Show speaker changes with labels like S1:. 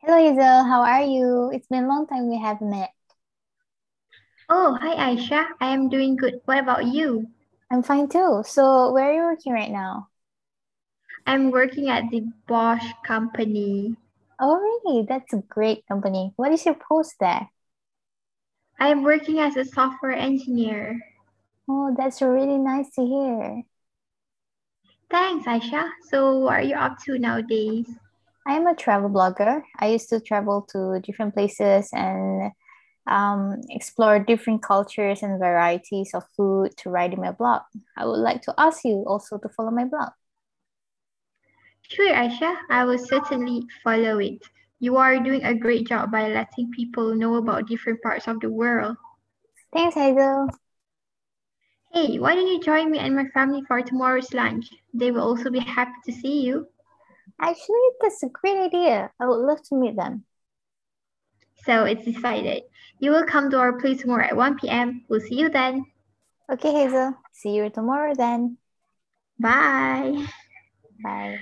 S1: Hello, Hazel. How are you? It's been a long time we have met.
S2: Oh, hi Aisha. I am doing good. What about you?
S1: I'm fine too. So, where are you working right now?
S2: I'm working at the Bosch company.
S1: Oh, really? That's a great company. What is your post there?
S2: I am working as a software engineer.
S1: Oh, that's really nice to hear.
S2: Thanks, Aisha. So, what are you up to nowadays?
S1: I am a travel blogger. I used to travel to different places and um, explore different cultures and varieties of food to write in my blog. I would like to ask you also to follow my blog.
S2: Sure, Aisha. I will certainly follow it. You are doing a great job by letting people know about different parts of the world.
S1: Thanks, Hazel.
S2: Hey, why don't you join me and my family for tomorrow's lunch? They will also be happy to see you.
S1: Actually, that's a great idea. I would love to meet them.
S2: So it's decided. You will come to our place tomorrow at 1 p.m. We'll see you then.
S1: Okay, Hazel. See you tomorrow then.
S2: Bye.
S1: Bye.